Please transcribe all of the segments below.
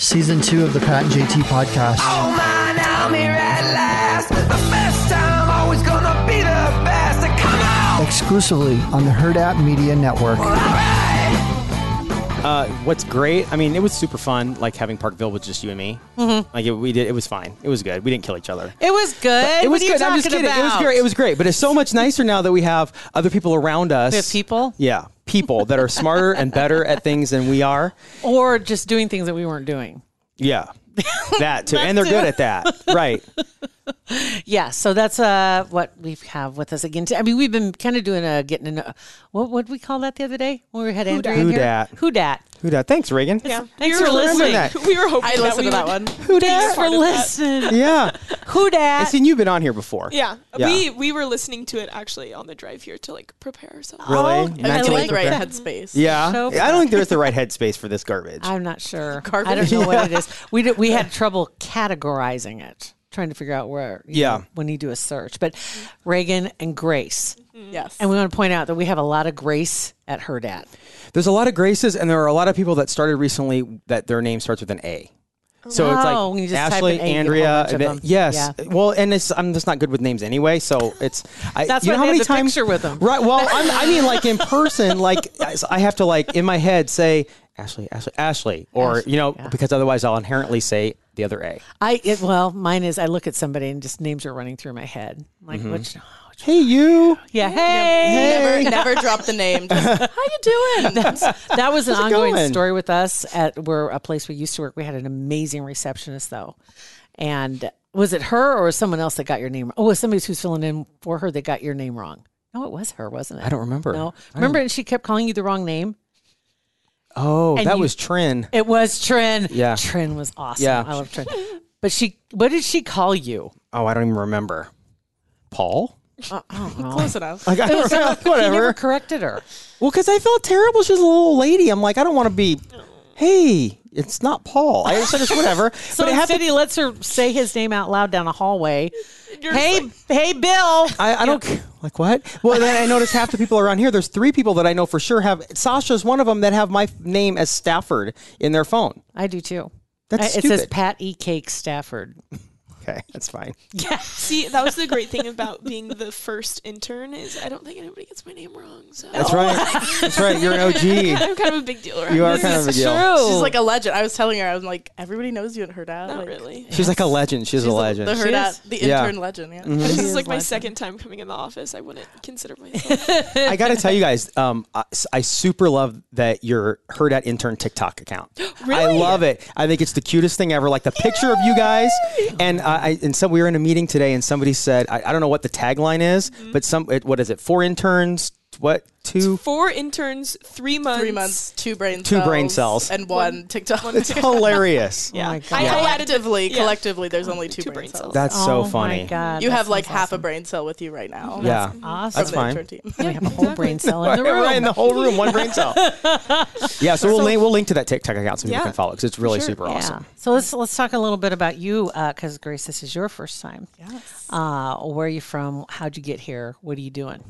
Season two of the Pat and JT podcast. Oh man, I'm here at last. The best time, always gonna be the best. And Come on, Exclusively on the Herd App Media Network. alright. Uh, what's great? I mean, it was super fun. Like having Parkville with just you and me. Mm-hmm. Like it, we did, it was fine. It was good. We didn't kill each other. It was good. it was what are you good. I'm just talking kidding. It was about? great. It was great. But it's so much nicer now that we have other people around us. We have people? Yeah, people that are smarter and better at things than we are. Or just doing things that we weren't doing. Yeah, that too. and they're good at that. Right. Yeah. So that's uh what we have with us again. t- I mean, we've been kind of doing a getting to know. What would we call that the other day when we had Andrea in Who here? dat. Who dat? Who that? Thanks, Reagan. Yeah. Thanks for remembering listening. that. We were hoping I listened to that that one. we would- Who dat? Thanks for Part of that. listening. Yeah. Who I dat? seen you've been on here before. Yeah. Yeah. we we were listening to it actually on the drive here to like prepare ourselves. Really? Oh, Not I to, like like, that. prepare- headspace. Yeah. So I don't think there's the right headspace for this garbage. I'm not sure. Garbage. I don't know what it is. We did, we had trouble categorizing it, trying to figure out where. you Yeah. know, when you do a search, but Reagan and Grace, Yes. and we want to point out that we have a lot of Grace at her dat. There's a lot of graces, and there are a lot of people that started recently that their name starts with an A. So it's Oh, when you like just type Ashley, in A, you get a whole Andrea. bunch of and then- them. yes. Yeah. Well, and it's I'm just not good with names anyway. So it's I, That's you why know how they many have the times picture with them. Right. Well, I'm, I mean, like in person, like I I have to like in my head say Ashley, Ashley, Ashley, or you know, because otherwise I'll inherently say the other A. I it, well, mine is I look at somebody and just names are running through my head. I'm like Mm-hmm. which, oh, which- Hey, you. yeah, hey, Never, never drop the name. Just, how you doing? that was an ongoing going? story with us at where a place we used to work. We had an amazing receptionist though, and was it her or was someone else that got your name? Oh, it was somebody who's filling in for her that got your name wrong. No, it was her, wasn't it? I don't remember. No, remember, and she kept calling you the wrong name. Oh, And that you- was Trin. It was Trin. Yeah. Trin was awesome. Yeah. I love Trin. But she, what did she call you? Oh, I don't even remember. Paul. Oh, close enough. Like Oh. I don't know. He Whatever. never corrected her. Well, because I felt terrible. She's a little lady. I'm like, I don't want to be. Hey, it's not Paul. I said it's whatever. So but it instead, happened. he lets her say his name out loud down a hallway. Hey, hey, Bill. I, I don't c- like what. Well, then I noticed half the people around here. There's three people that I know for sure have Sasha's one of them that have my f- name as Stafford in their phone. I do too. That's I- it says stupid. Pat E. Cake Stafford. Okay, that's fine. See, that was the great thing about being the first intern is I don't think anybody gets my name wrong. So That's right. That's right. You're an OG. I'm kind of a big deal, right? You are kind of a deal. She's like a legend. I was telling her, I'm like, everybody knows you and her dad. Not like, really. She's like a legend. She's, a legend. The her dad, is. the Yeah. Mm-hmm. intern legend. Yeah. This is like my second time coming in the office. I wouldn't consider myself. I got to tell you guys, um, I, I super love that your Herd at Intern TikTok account. I love it. I think it's the cutest thing ever. Like the picture of you guys, and uh, I and so we were in a meeting today, and somebody said, I, I don't know what the tagline is, Mm-hmm. but some it, what is it? Four interns, what two? Four interns, three months. Three months, two brain Two cells, brain cells. and one, TikTok. It's hilarious. yeah. I, I added the collectively, collectively, there's only two, two brain brain cells. cells. That's so oh funny. My God, you that have like sounds half a awesome. brain cell with you right now. Yeah, Awesome. that's The fine. intern team. we have a whole brain cell in the room. Everyone in the whole room, one brain cell. yeah, so we'll link we'll link to that TikTok account so people can follow because it's really super Yeah. awesome. So let's let's talk a little bit about you, because Grace, this is your first time. Yes. Uh, where are you from? How'd you get here? What are you doing?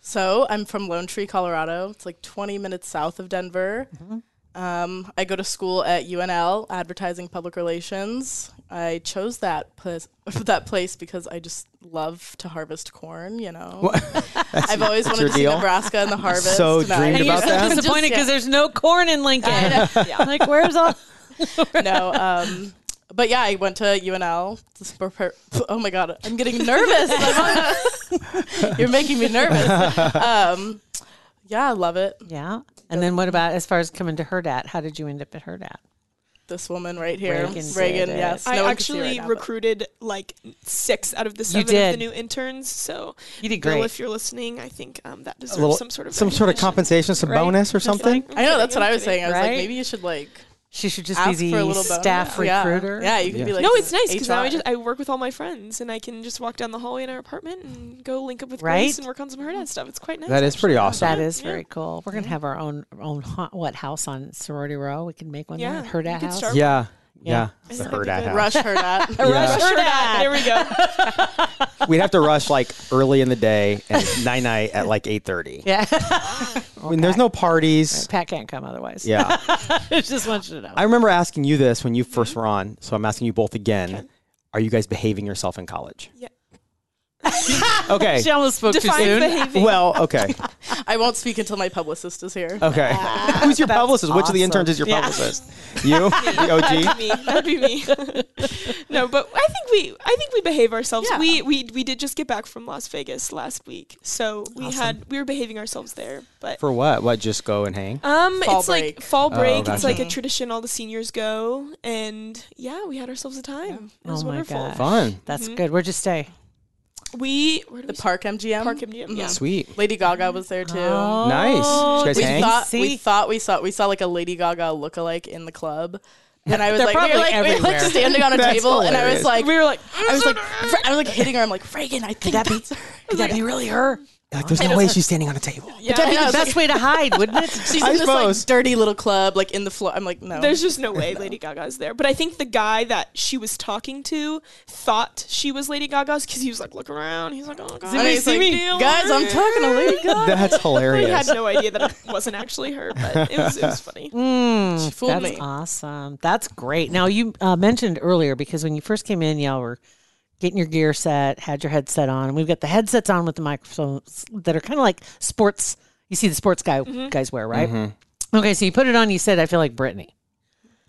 So I'm from Lone Tree, Colorado. It's like 20 minutes south of Denver. Mm-hmm. Um, I go to school at UNL, advertising public relations. I chose that place, that place because I just love to harvest corn. You know, I've always wanted your to see deal? Nebraska and the harvest. So and I- dreamed And you're about so that? disappointed Just- because there's no corn in Lincoln. Like, where's all? no. Um, but yeah, I went to UNL. Just prepare- oh my god, I'm getting nervous. I'm on- You're making me nervous. Um, yeah, I love it. Yeah. And then what about as far as coming to her dad? How did you end up at her dad? This woman right here, Reagan Reagan. said it. yes, I no one can see actually her right now, but- recruited like six out of the You seven of did. the new interns. So You did Bill, great. if you're listening, I think um, that deserves A little- some sort of some sort of recognition. compensation, some bonus or something. I know that's what I was saying. I was Right? like, maybe you should like She should just Ask be for a the little bonus. staff Yeah. recruiter. Yeah, you can Yeah. be like. no, it's nice because now I HR. just I work with all my friends and I can just walk down the hallway in our apartment and go link up with Right? Grace and work on some her dad stuff. It's quite nice. That is pretty awesome. That is Yeah. very cool. We're gonna have our own our own ho- what house on Sorority Row. We can make one. Yeah, there. her we dad could house. start- Yeah. Yeah. Yeah. I The think herd that'd be at good. house. rush her that. Yeah. Sure, Dad. There we go. We'd have to rush like early in the day and night night at like eight thirty. Yeah, I mean, there's no parties. Pat can't come otherwise. Yeah. just want you to know. I remember asking you this when you first were on, so I'm asking you both again. Are you guys behaving yourself in college? Yeah. okay. she almost spoke too Define soon. behavior. Well, okay. I won't speak until my publicist is here. Oh. Okay. Who's your publicist? Which of the interns awesome. is your Yeah. publicist? You? The That'd OG? be me. That'd be me. no, but I think we I think we behave ourselves. Yeah. We we we did just get back from Las Vegas last week, so we had we were behaving ourselves there. But For what? What? Just go and hang? um, Fall it's break. like fall Oh, break. It's gotcha. like a tradition. All the seniors go, and yeah, we had ourselves a time. It was Oh my wonderful. gosh. Fun. That's good. Where'd you stay? We where did The we park MGM. park MGM. Yeah. Sweet. Mm-hmm. Lady Gaga was there too. Nice. Did you guys We hang? thought we Oh, See? thought we saw we saw like a Lady Gaga lookalike in the club, and I was They're like, we were probably like, we were, like everywhere. standing on a That's table, and I was hilarious. like, We were like, I was like, Fre- I was like hitting her. I'm like, Reagan, I think that be- that's her. Could that be really her? Like, there's no way she's standing on a table. "Mm, yeah. That'd be I know, the it's best way to hide, wouldn't it? She's I in this suppose. like dirty little club, like in the floor. I'm like, no, There's just no way Lady Gaga's there. But I think the guy that she was talking to thought she was Lady Gaga's because he was like, look around. He's like, oh god, And he's like, guys. I'm talking to Lady Gaga. That's I had hilarious. no idea that it wasn't actually her, but it was, it was funny. She fooled That's me. awesome. That's great. Now you uh, mentioned earlier because when you first came in, y'all were getting your gear set, had your headset on, and we've got the headsets on with the microphones that are kind of like sports. You see the sports guy Mm-hmm. guys wear, right? Mm-hmm. Okay, so you put it on. You said, "I feel like Britney."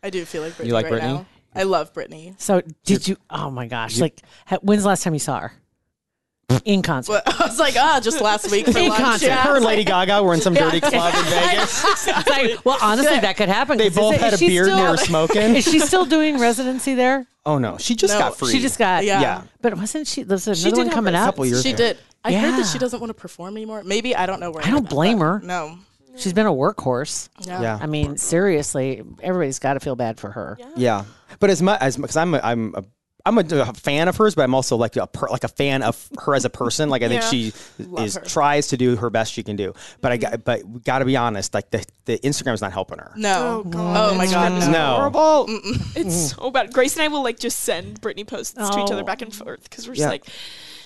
I do feel like Britney like right Britney? now. I love Britney. So did you? Oh my gosh! Like, ha, when's the last time you saw her in concert? But I was like, ah, just last week for In lunch. concert. Yeah. Her and Lady Gaga were in some dirty club in Vegas. Like, well, honestly, that could happen. They 'cause is both it- had a is she beard and they still- were smoking. Is she still doing residency there? Oh no, she just No, got free. She just got Yeah. yeah. But wasn't she? There's another did one have coming a up. couple years. She ago. did. I heard that Yeah. she doesn't want to perform anymore. Maybe I don't know where. I don't blame her. No. She's been a workhorse. Yeah. Yeah. I mean, seriously, everybody's got to feel bad for her. Yeah, but as much as because I'm a, I'm a I'm a, a fan of hers, but I'm also like a per, like a fan of her as a person. Like I think Yeah. she is tries to do her best she can do. But I got but we got to be honest, like the the Instagram's not helping her. No. Oh, God. Oh, my God. No. Horrible. It's Mm. so bad. Grace and I will like just send Britney posts to each other Oh. back and forth because we're just Yeah. like,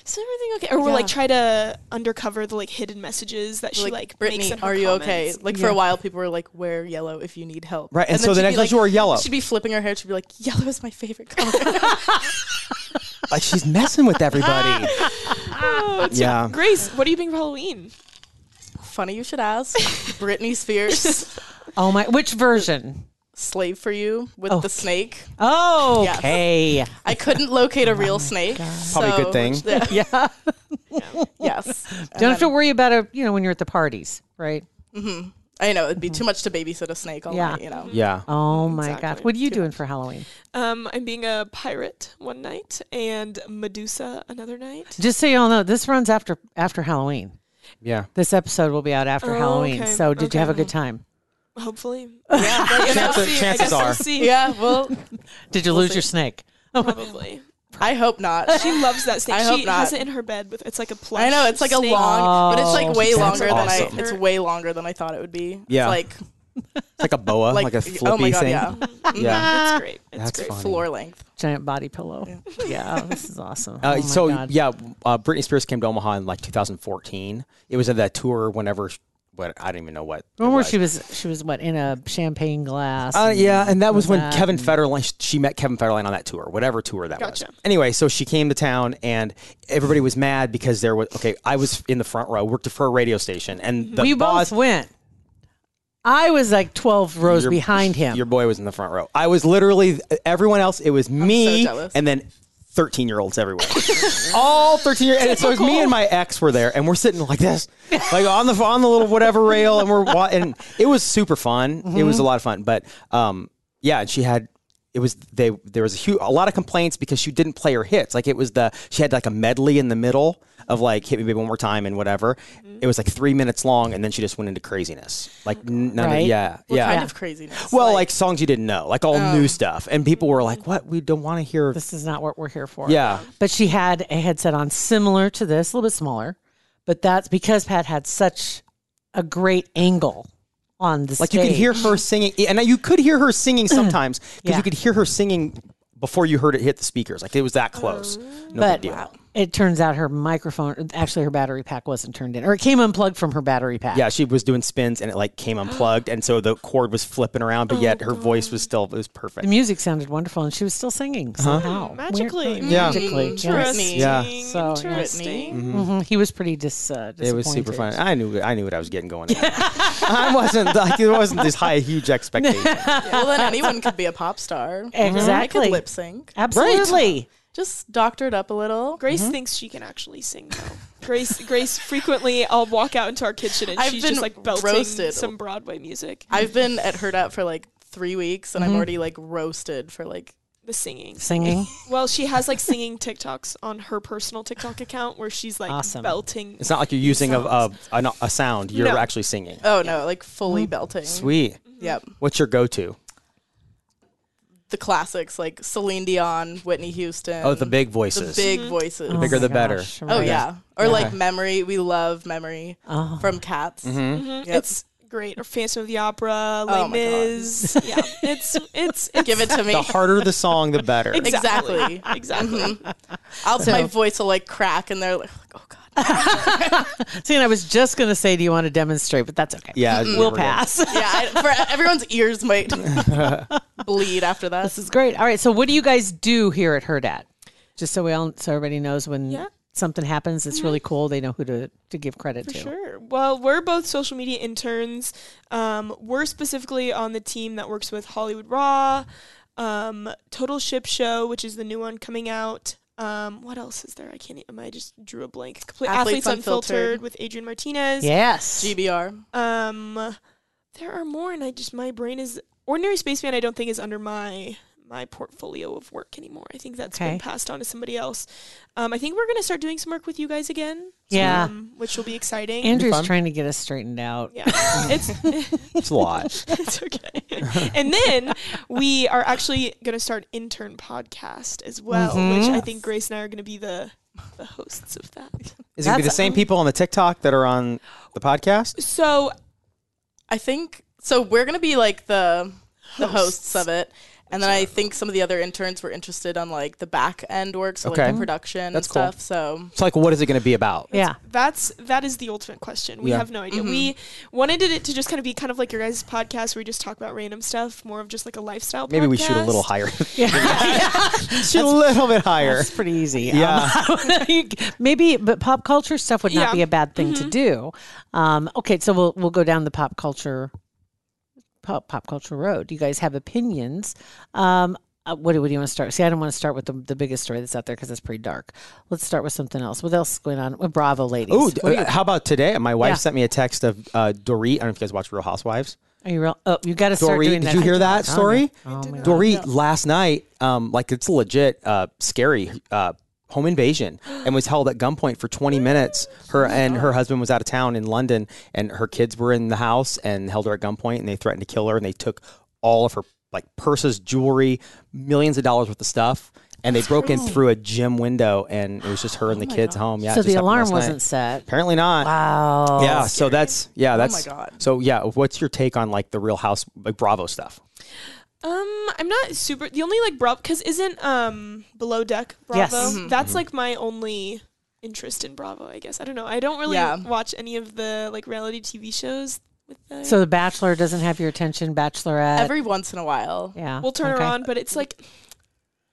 is everything okay? Or we'll like try to undercover the like hidden messages that she like, Like, makes in Brittany, her are you okay? comments. Like for a while, people were like, "Wear yellow if you need help." Right, and then so the she'd next be time like- she wore yellow. She'd be flipping her hair. She'd be like, "Yellow is my favorite color." Like she's messing with everybody. Oh, it's- Yeah. Grace, what are you being for Halloween? Funny you should ask. Britney Spears, Oh my! Which version? "Slave for You" with the snake. Oh, okay. I couldn't locate a real snake. Probably a good so- thing. Yeah. Yeah. yes. And Don't have to then- worry about it. You know, when you're at the parties, right? I know it'd be too much to babysit a snake all Yeah. night. You know. Yeah. Oh my gosh! What are you doing for Halloween? Um, I'm being a pirate one night and Medusa another night. Just so you all know, this runs after after Halloween. Yeah. This episode will be out after Oh, Halloween. okay. So, did Okay. you have a good time? Hopefully. Chances, I guess chances we'll are. see. Yeah. Well, Did you lose your snake? Probably. I hope not. She loves that snake. I she hope not. has it in her bed with it's like a plush. I know it's like a snake. long, but it's like way That's longer awesome. than I. It's way longer than I thought it would be. Yeah. It's like It's like a boa, like, like, a oh flippy my god, thing. yeah, Yeah. ah. It's great. It's That's great. funny. floor length. Giant body pillow. Yeah, this is awesome. Uh, oh my so God. yeah, uh, Britney Spears came to Omaha in like 2014. It was at that tour whenever, sh- what I don't even know what. it Remember was. she was she was what in a champagne glass? Uh, yeah, and that was when that Kevin Federline she met Kevin Federline on that tour, whatever tour that Gotcha. was. Anyway, so she came to town and everybody was mad because there was okay, I was in the front row, worked for a radio station, and the we boss, both went. I was like twelve rows your- behind him. Your boy was in the front row. I was literally everyone else. It was me, jealous. and then. 13 year olds everywhere. All 13 year and so it was me and my ex were there and we're sitting like this like on the on the little whatever Mm-hmm. rail and we're wa- and it was super fun. It was a lot of fun but um yeah, and she had it was they there was a huge a lot of complaints because she didn't play her hits. Like it was the she had like a medley in the middle of like hit me baby one more time and whatever. Mm-hmm. It was like three minutes long, and then she just went into craziness. Like n- none Right. of, yeah, What yeah. kind of craziness? well, like, songs you didn't know, like all Oh. new stuff, and people were like, "What? We don't want to hear." this is not what we're here for. Yeah. But she had a headset on similar to this, a little bit smaller. But that's because Pat had such a great angle on the Like stage. you could hear her singing, e, and you could hear her singing sometimes because Yeah. you could hear her singing before you heard it hit the speakers. Like it was that close. No but big deal. it turns out her microphone, actually her battery pack wasn't turned in, or it came unplugged from her battery pack. Yeah, she was doing spins and it like came unplugged, and so the cord was flipping around, but yet her voice was still it was perfect. The music sounded wonderful, and she was still singing Uh-huh. somehow Weird- Mm-hmm. Magically. really Yeah. magically. yes. Interesting. Yeah. So, yeah. Interesting. Mhm. He was pretty dis. Uh, Mm-hmm. It was super fun. disappointed. I knew I knew what I was getting going. At. I wasn't like it wasn't this high huge expectation. well, then anyone could be a pop star. I Exactly. could lip sync. Absolutely. Just doctor it up a little. Grace thinks she can actually sing though. Grace, Grace, frequently I'll walk out into our kitchen and I've she's been just like belting roasted. some Broadway music. I've been at Herd Out for like three weeks Mm-hmm. and I'm already like roasted for like the singing. Singing. Well, she has like singing TikToks on her personal TikTok account where she's like Awesome. belting. It's not like you're using a a, a, a sound. You're No. actually singing. oh no, like fully belting. Sweet. Yep. What's your go-to? The classics like Celine Dion, Whitney Houston. Oh, the big the voices. big Mm-hmm. voices. bigger the better. Oh yeah. Or like memory. We love memory Uh-huh. from cats. Mm-hmm. Yep. It's great. Or Phantom of the Opera, Les Oh my God. Mis. Yeah, it's it's it's Give it to me. The harder the song, the better. Exactly. Mm-hmm. exactly. I'll my voice will like crack and they're like, oh god. See, and I was just going to say, do you want to demonstrate? But that's okay. Yeah, We'll we're good. pass. Yeah, I, for everyone's ears might bleed after that. This is great. All right. So, what do you guys do here at Her Dad? Just so we all, so everybody knows when something happens, it's really cool. They know who to, to give credit to. Sure. Well, we're both social media interns. Um, we're specifically on the team that works with Hollywood Raw, um, Total Ship Show, which is the new one coming out. Um, what else is there? I can't. Am I just drew a blank? Comple- Athletes, Athletes Unfiltered. Unfiltered. with Adrian Martinez. Yes. GBR. Um, there are more, and I just my brain is ordinary spaceman. I don't think is under my my portfolio of work anymore. I think that's Okay. been passed on to somebody else. Um, I think we're gonna start doing some work with you guys again. Yeah. um, which will be exciting. Andrew's trying to get us straightened out. yeah, it's It's a lot. it's okay. and then we are actually going to start intern podcast as well, which Mm-hmm. I think Grace and I are going to be the the hosts of that. Is it gonna be the same people on the TikTok that are on the podcast? So I think so. We're gonna be like the the hosts of it, and then I think some of the other interns were interested on like the back end work, so Okay. like the production That's and cool. stuff. So It's like, what is it going to be about? Yeah. that's that is the ultimate question. We Yeah. Mm-hmm. have no idea. We wanted it to just kind of be kind of like your guys' podcast where we just talk about random stuff, more of just like a lifestyle. Maybe we shoot a little podcast. higher. shoot a little bit higher. It's pretty easy. Yeah. Um, you c- maybe, but pop culture stuff would not Yeah. be a bad thing to do. Um, okay, so we'll we'll go down the pop culture pop pop culture road. You guys have opinions. Um, uh, what, do- what do you want to start? See, I don't want to start with the, the biggest story that's out there because it's pretty dark. Let's start with something else. What else is going on? Well, Bravo, ladies. Oh, What are, you, how about today? My wife Yeah. sent me a text of uh, Dorit. I don't know if you guys watch Real Housewives. are you real? Oh, you got to start Dorit, doing did that. you hear that Oh, story? Oh, my God. Dorit last night, um, like it's legit, uh, scary uh, home invasion, and was held at gunpoint for 20 minutes. Her and her husband was out of town in London, and her kids were in the house and held her at gunpoint, and they threatened to kill her, and they took all of her like purses, jewelry, millions of dollars worth of stuff. And they broke in through a gym window, and it was just her and the kids home. Yeah, it So just the happened alarm last night. wasn't set. Apparently not. Wow. yeah, so that's yeah, that's God. So yeah, what's your take on like the Real House like Bravo stuff? Um, I'm not super. The only like Bravo because isn't um Below Deck Bravo? Yes. Mm-hmm. Mhm. That's like my only interest in Bravo. I guess I don't know. I don't really Yeah. watch any of the like reality TV shows. With the, So the Bachelor doesn't have your attention. Bachelorette. every once in a while, yeah. we'll turn okay. her on, but it's like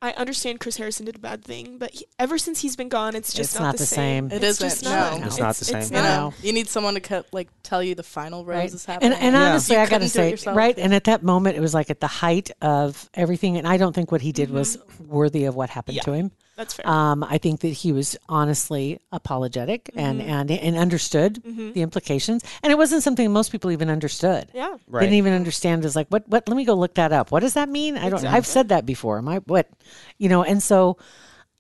I understand Chris Harrison did a bad thing, but he, ever since he's been gone, it's just It's not the same. It It's isn't, just not. no. It's not the same. it's you not. know, you need someone to cut, like tell you the final rose is happening. And, and honestly, You I gotta couldn't do it say, yourself, right? yeah. And at that Mm-hmm. moment, it was like at the height of everything, and I don't think what he did was worthy of what happened to him. That's fair. Um, I think that he was honestly apologetic and, Mm-hmm. and and understood the implications, and it wasn't something most people even understood. yeah. They Didn't even understand. It was like, what? What? Let me go look that up. What does that mean? I don't. I've said that before. Am I what? You know. And so,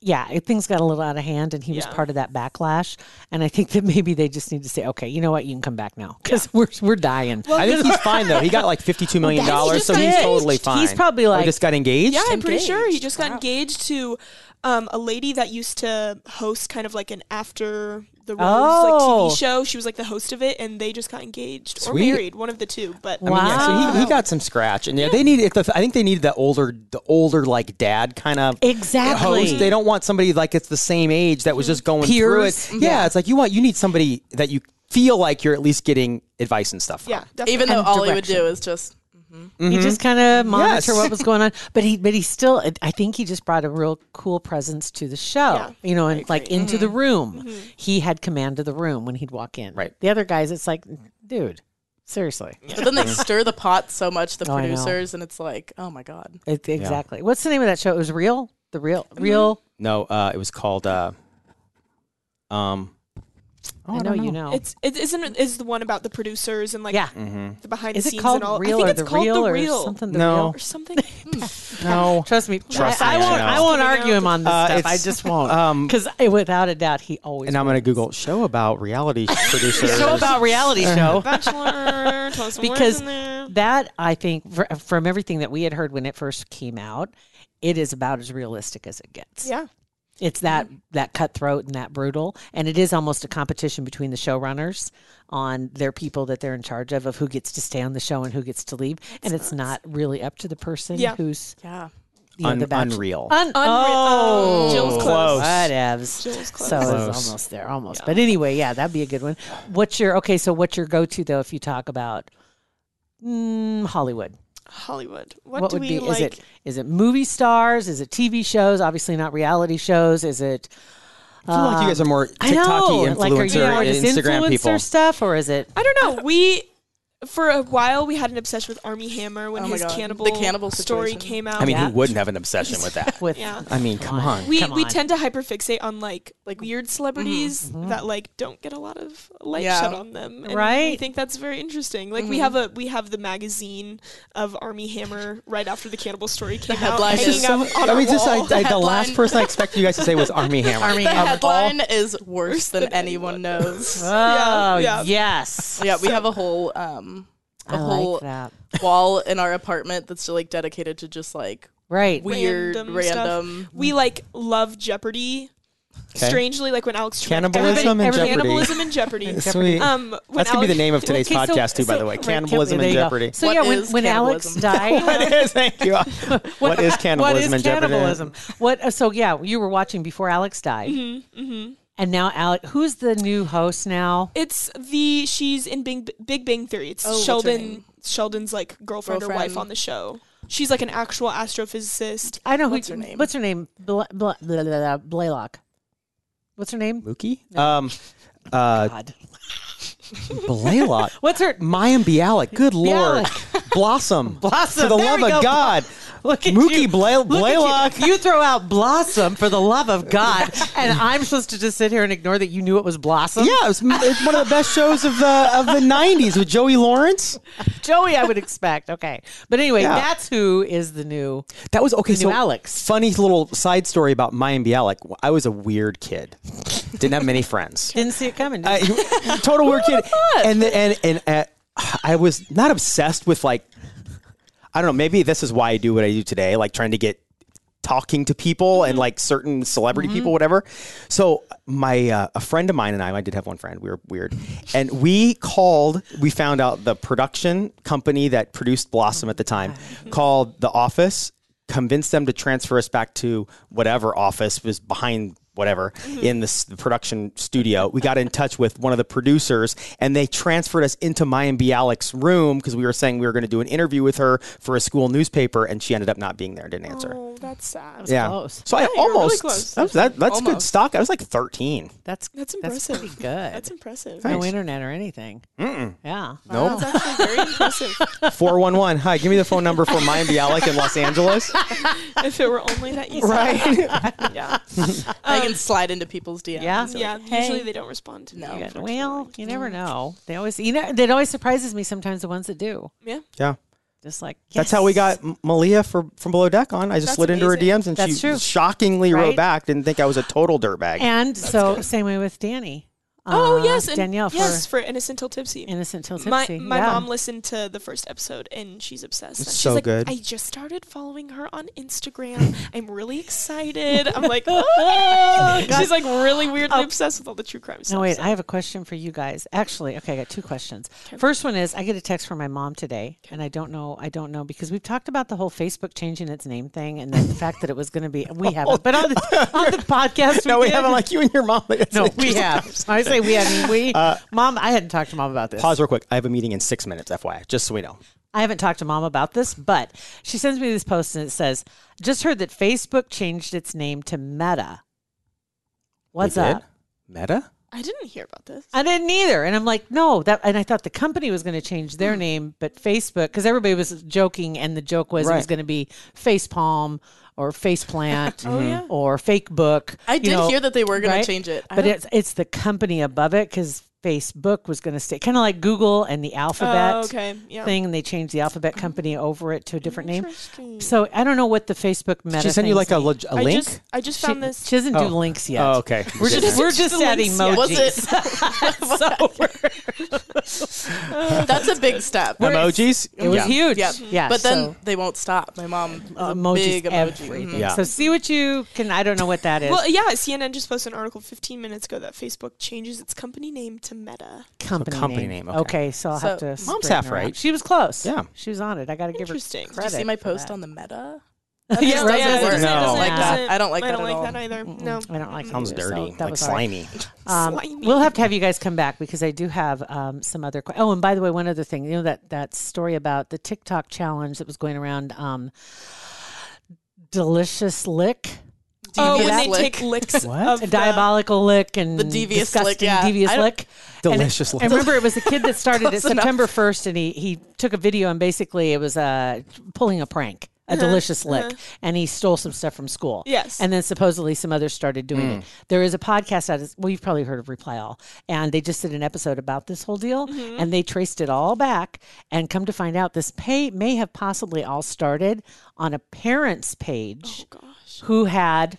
yeah, it, things got a little out of hand, and he was Yeah. part of that backlash. And I think that maybe they just need to say, okay, you know what, you can come back now because we're we're dying. I think he's fine though. He got like fifty-two million dollars, so got he's engaged. totally He's fine. probably Oh, he like- just got engaged. Yeah, I'm pretty sure he engaged. just got engaged to um, a lady that used to host kind of like an after the rose Oh. like TV show. She was like the host of it, and they just got engaged or Sweet. married, one of the two. But I mean, yeah, so he, he Wow. got some scratch, and yeah, they need. if- I think they need the older, the older like dad kind of Exactly. host. They don't want somebody like it's the same age that was just going through Peers. it. Yeah, it's like you want you need somebody that you feel like you're at least getting advice and stuff. From. yeah, definitely. Even though And all he would direction. do is just mm-hmm. He just kind of monitor Yes. what was going on, but he but he still I think he just brought a real cool presence to the show. Yeah. Mm-hmm. you know, and like into the room. He had command of the room when he'd walk in. Right. The other guys it's like, dude, seriously. But then they stir the pot so much, the Oh, I know. producers, and it's like, oh my god. It- exactly. What's the name of that show? It was real? The real Mm-hmm. real No, uh, it was called. Uh, um, I, know you know. It's it isn't it is the one about the producers and like yeah. the behind Is the it scenes called and all. real I think or it's the called real the or real something the No. real? or something. no, Trust me. Trust I, me, I I won't know. I won't Coming argue out. him on this Uh, stuff. I it's- just won't. um, Because without a doubt he always and I'm gonna wins. Google show about reality producers. show about reality show. Bachelor, toss some words because in there. that I think fr- from everything that we had heard when it first came out, it is about as realistic as it gets. yeah, It's that that cutthroat and that brutal, and it is almost a competition between the showrunners on their people that they're in charge of, of who gets to stay on the show and who gets to leave, and it's not really up to the person Yeah. who's Yeah. you know, Un- the Uh, bachelor. unreal. Un- oh, oh, Jill's close. Whatevs. Jill's close. So Close. it's almost there, almost. But anyway, yeah, that'd be a good one. What's your okay? So what's your go-to though if you talk about mm, Hollywood? Hollywood. What, What, do would we be? like? Is it is it movie stars? Is it TV shows? Obviously not reality shows. Is it? I feel like you guys are more I know. TikTok-y influencer, like are you more just Instagram influencer people. stuff, or is it? I don't know. We for a while we had an obsession with Army Hammer when Oh my his God. The cannibal cannibal story situation. came out. I mean, Yeah. who wouldn't have an obsession with that? With Yeah. I mean, come on. we Come we on. tend to hyperfixate on like Mm-hmm. like weird celebrities Mm-hmm. that like don't get a lot of light Yeah. Mm-hmm. shut on them. And We Right. think that's very interesting. Like we have a we have the magazine of Army Hammer right after the cannibal story came out, headline hanging is- up on I mean, our just I, wall. I, the last headline. person I expected you guys to say was Army Hammer. Army The Hammer. headline is worse than anyone knows. Oh yeah. yes, yeah, we have a whole um a I whole like that. wall in our apartment that's like dedicated to just like Right. weird Random random, stuff. we like love Jeopardy. Okay. Strangely, like when Alex Trebek- Cannibalism everybody- and Jeopardy. cannibalism and Jeopardy. Sweet. Um, when That's gonna be Alex- the name of today's Okay, so- podcast too, by so- the way. right, Cannibalism there and you go. Jeopardy. So What yeah, when, is when Alex cannibalism? died, It is, Thank you. what is cannibalism what is and cannibalism? Jeopardy? What? uh, So yeah, you were watching before Alex died, and now Alex. Who's the new host now? It's the she's in Big Big Bang Theory. It's Oh, what's her Sheldon name? Sheldon's like girlfriend, or Girlfriend. wife on the show. She's like an actual astrophysicist. I know What's who. her name? What's her name? Bla, bla, bla, bla, Blaylock. What's her name? Mookie? Um, uh, God. Blaylock. What's her? Mayim Bialik. Good lord. Blossom. Blossom. For the There love we of go. God. Look at Mookie you. Bla- Look at you. Blaylock. You. throw out Blossom for the love of God, and I'm supposed to just sit here and ignore that you knew it was Blossom. Yeah, it was, it's one of the best shows of the of the '90s with Joey Lawrence. Joey, I would expect. Okay, but anyway, Yeah. that's who is the new. That was okay. The so new Alex. Funny little side story about Mayim Bialik. I was a weird kid. Didn't have many friends. Didn't see it coming. did I, you? total weird kid. And the, and and uh, I was not obsessed with like I don't know. Maybe this is why I do what I do today, like trying to get talking to people and like certain celebrity people, whatever. So my uh, a friend of mine and I, I did have one friend. We were weird, and we called. We found out the production company that produced Blossom at the time called The Office. Convinced them to transfer us back to whatever office was behind whatever in this the production studio. We got in touch with one of the producers, and they transferred us into Mayim Bialik's room because we were saying we were going to do an interview with her for a school newspaper, and she ended up not being there and didn't answer. Oh, that's sad. yeah, close. so I you were really almost close. that was, that, that's good Almost. stock. I was like thirteen. That's That's That's impressive. pretty good. That's impressive. no internet or anything. Yeah. No, That's actually very impressive. four one one. Hi, give me the phone number for Mayim Bialik in Los Angeles. if it were only that easy. Right. Yeah. I can slide into people's DMs. Yeah. Um, Yeah. Usually they don't respond to No. me. Yeah, unfortunately. uh, Well, you never know. They always, you know, it always surprises me sometimes the ones that do. Yeah. yeah. Just like, That's how we got M- Malia for, from Below Deck on. I just That's slid into her amazing. DMs and That's she true. shockingly Right? wrote back, didn't think I was a total dirtbag. And so, same way with Danny. Oh Uh, yes, and Danielle Yes, for for innocent till tipsy. Innocent Till Tipsy. my my Yeah. mom listened to the first episode and she's obsessed. And she's so like, good. I just started following her on Instagram. I'm really excited. I'm like, oh. she's like really weirdly obsessed with all the true crime stuff. Oh. No, wait, so- I have a question for you guys. Actually, okay, I got two questions. First one is I get a text from my mom today, and I don't know, I don't know, because we've talked about the whole Facebook changing its name thing and then the fact that it was going to be, we haven't, but on the, on the podcast, no, we did. haven't like you and your mom. It's No, an we interesting have. conversation. I say we have. I mean, we, mom, I hadn't talked to mom about this. Uh, Pause real quick. I have a meeting in six minutes, FYI, just so we know. I haven't talked to mom about this, but she sends me this post and it says, just heard that Facebook changed its name to Meta. What's They did? up? Meta? I didn't hear about this. I didn't either. And I'm like, no, that, and I thought the company was going to change Mm. their name, but Facebook, because everybody was joking, and the joke was it was Right. going to be Facepalm or Faceplant yeah. or Fake Book. Oh, I you did know, hear that they were going right? to change it. I But don't- it's it's the company above it because Facebook was going to stay kind of like Google and the alphabet Oh, okay. Yeah. thing, and they changed the alphabet Mm. company over it to a different name. So I don't know what the Facebook meta. Did she send you like thing's a, name- leg- a I link? just I just She, found this. she doesn't do Oh. links yet. oh, okay. We're just we're just do at links yet. emojis. was it? That's a big step. emojis? It was Yeah. huge. Yeah. Yeah. But then so, they won't stop. My mom is uh, a emojis, big emoji. everything. Mhm. Yeah. So see what you can. I don't know what that is. Well, yeah, CNN just posted an article 15 minutes ago that Facebook changes its company name to Meta. company, company name, okay. so I'll So, have to. mom's straighten half her right. out. She was close. Yeah. She was on it. I got to give her Interesting. Did you credit. Did you see my for post that. on the meta? yeah, doesn't yeah, work. doesn't- No. doesn't- Like that. doesn't- I don't like I that don't at like all. that either. No. I don't like Sounds it either, so dirty, that like was all right. slimy. Um, Slimy. we'll have to have you guys come back because I do have um, some other. que- oh, and by the way, one other thing. You know that that story about the TikTok challenge that was going around. Um, delicious lick, Oh, when Devious they lick. take licks What? of a diabolical lick, and The devious lick, disgusting yeah. I devious don't- lick. Delicious And, lick. I remember it was a kid that started it Close enough. September first, and he he took a video and basically it was uh, pulling a prank. A delicious lick, and he stole some stuff from school. Yes. and then supposedly some others started doing it. There is a podcast out. Well, you've probably heard of Reply All, and they just did an episode about this whole deal, and they traced it all back, and come to find out, this pay may have possibly all started on a parent's page who had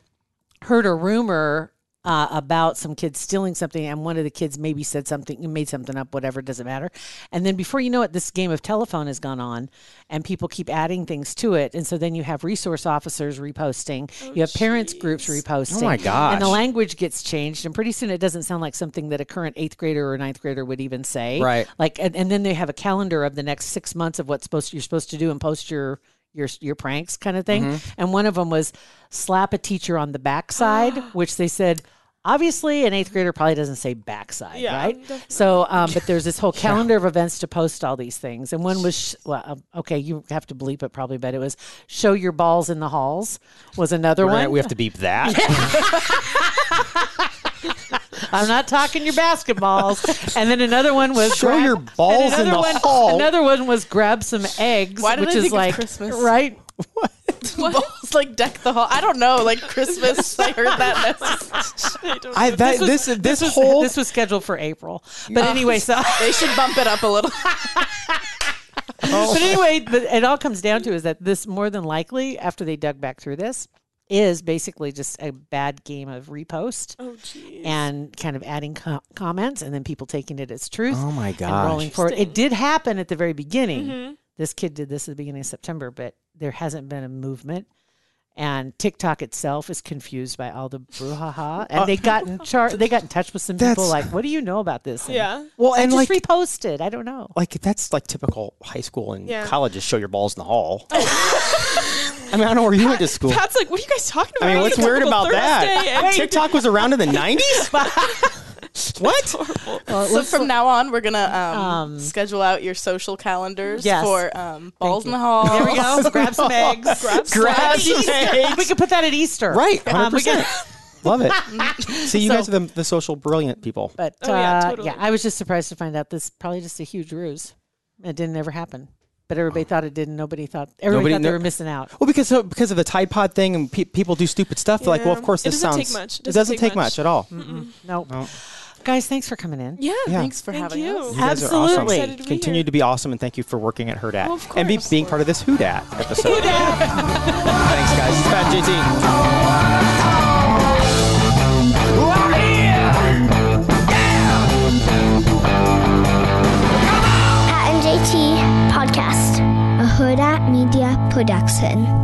heard a rumor uh, about some kids stealing something, and one of the kids maybe said something, made something up, whatever, doesn't matter. And then before you know it, this game of telephone has gone on, and people keep adding things to it. And so then you have resource officers reposting, you have parents groups reposting. Oh my And the gosh. language gets changed, and pretty soon it doesn't sound like something that a current eighth grader or ninth grader would even say. Right. Like, and, and then they have a calendar of the next six months of what's supposed you're supposed to do and post your your your pranks kind of thing. And one of them was slap a teacher on the backside, which they said. Obviously, an eighth grader probably doesn't say backside, Yeah, right? So, um, but there's this whole calendar of events to post all these things, and one was sh- well, um, okay, you have to bleep it probably, but it was "show your balls in the halls" was another We're one. gonna- we have to beep that. I'm not talking your basketballs. And then another one was Show your balls and in the another one, hall. Another one was grab some eggs, Why did which I is think of like Christmas? right. Balls like deck the hall. I don't know. Like Christmas. I heard that. message. I that this this, was, whole this was scheduled for April, but anyway, so They should bump it up a little. Oh. but anyway, but it all comes down to is that this more than likely after they dug back through this is basically just a bad game of repost Oh, and kind of adding co- comments and then people taking it as truth. Oh my And rolling gosh. Mm-hmm. forward, it did happen at the very beginning. This kid did this at the beginning of September, but there hasn't been a movement. And TikTok itself is confused by all the brouhaha, and they got in char- they got in touch with some people Uh, That's- like, "What do you know about this?" And Yeah. well, I and just like reposted. I don't know. like that's like typical high school and Yeah. colleges show your balls in the hall. I mean, I don't know where you went to school. Pat's like, what are you guys talking I about? mean, what's weird Typical about Thursday that? and- TikTok was around in the 90s? what? Horrible. So from now on, we're gonna um, Um, schedule out your social calendars Yes. for um, balls in the hall. There we go. Grab some eggs. Grab Grab Easter. some eggs. We could put that at Easter. Right, Um, we 100%. could- Love it. See, you guys are the, the social brilliant people. but Oh, yeah, uh, totally. yeah, I was just surprised to find out this probably just a huge ruse. It didn't ever happen. But everybody thought it didn't. Nobody thought everybody Nobody thought they kno- were missing out. Well, because so, because of the Tide Pod thing, and pe- people do stupid stuff. They're like, well, of Yeah. course, It this doesn't take sounds. much. It doesn't take much at all. No. No. Guys, thanks for coming in. Yeah. Yeah. Thanks for Thank having you. us. You guys are Absolutely. awesome. Excited to be Continue here. to be awesome, and thank you for working at Her Dat of and be, course. being part of this Who Dat episode. Thanks, guys. It's Pat and JT. Pat and JT Podcast, a Huda Media Production.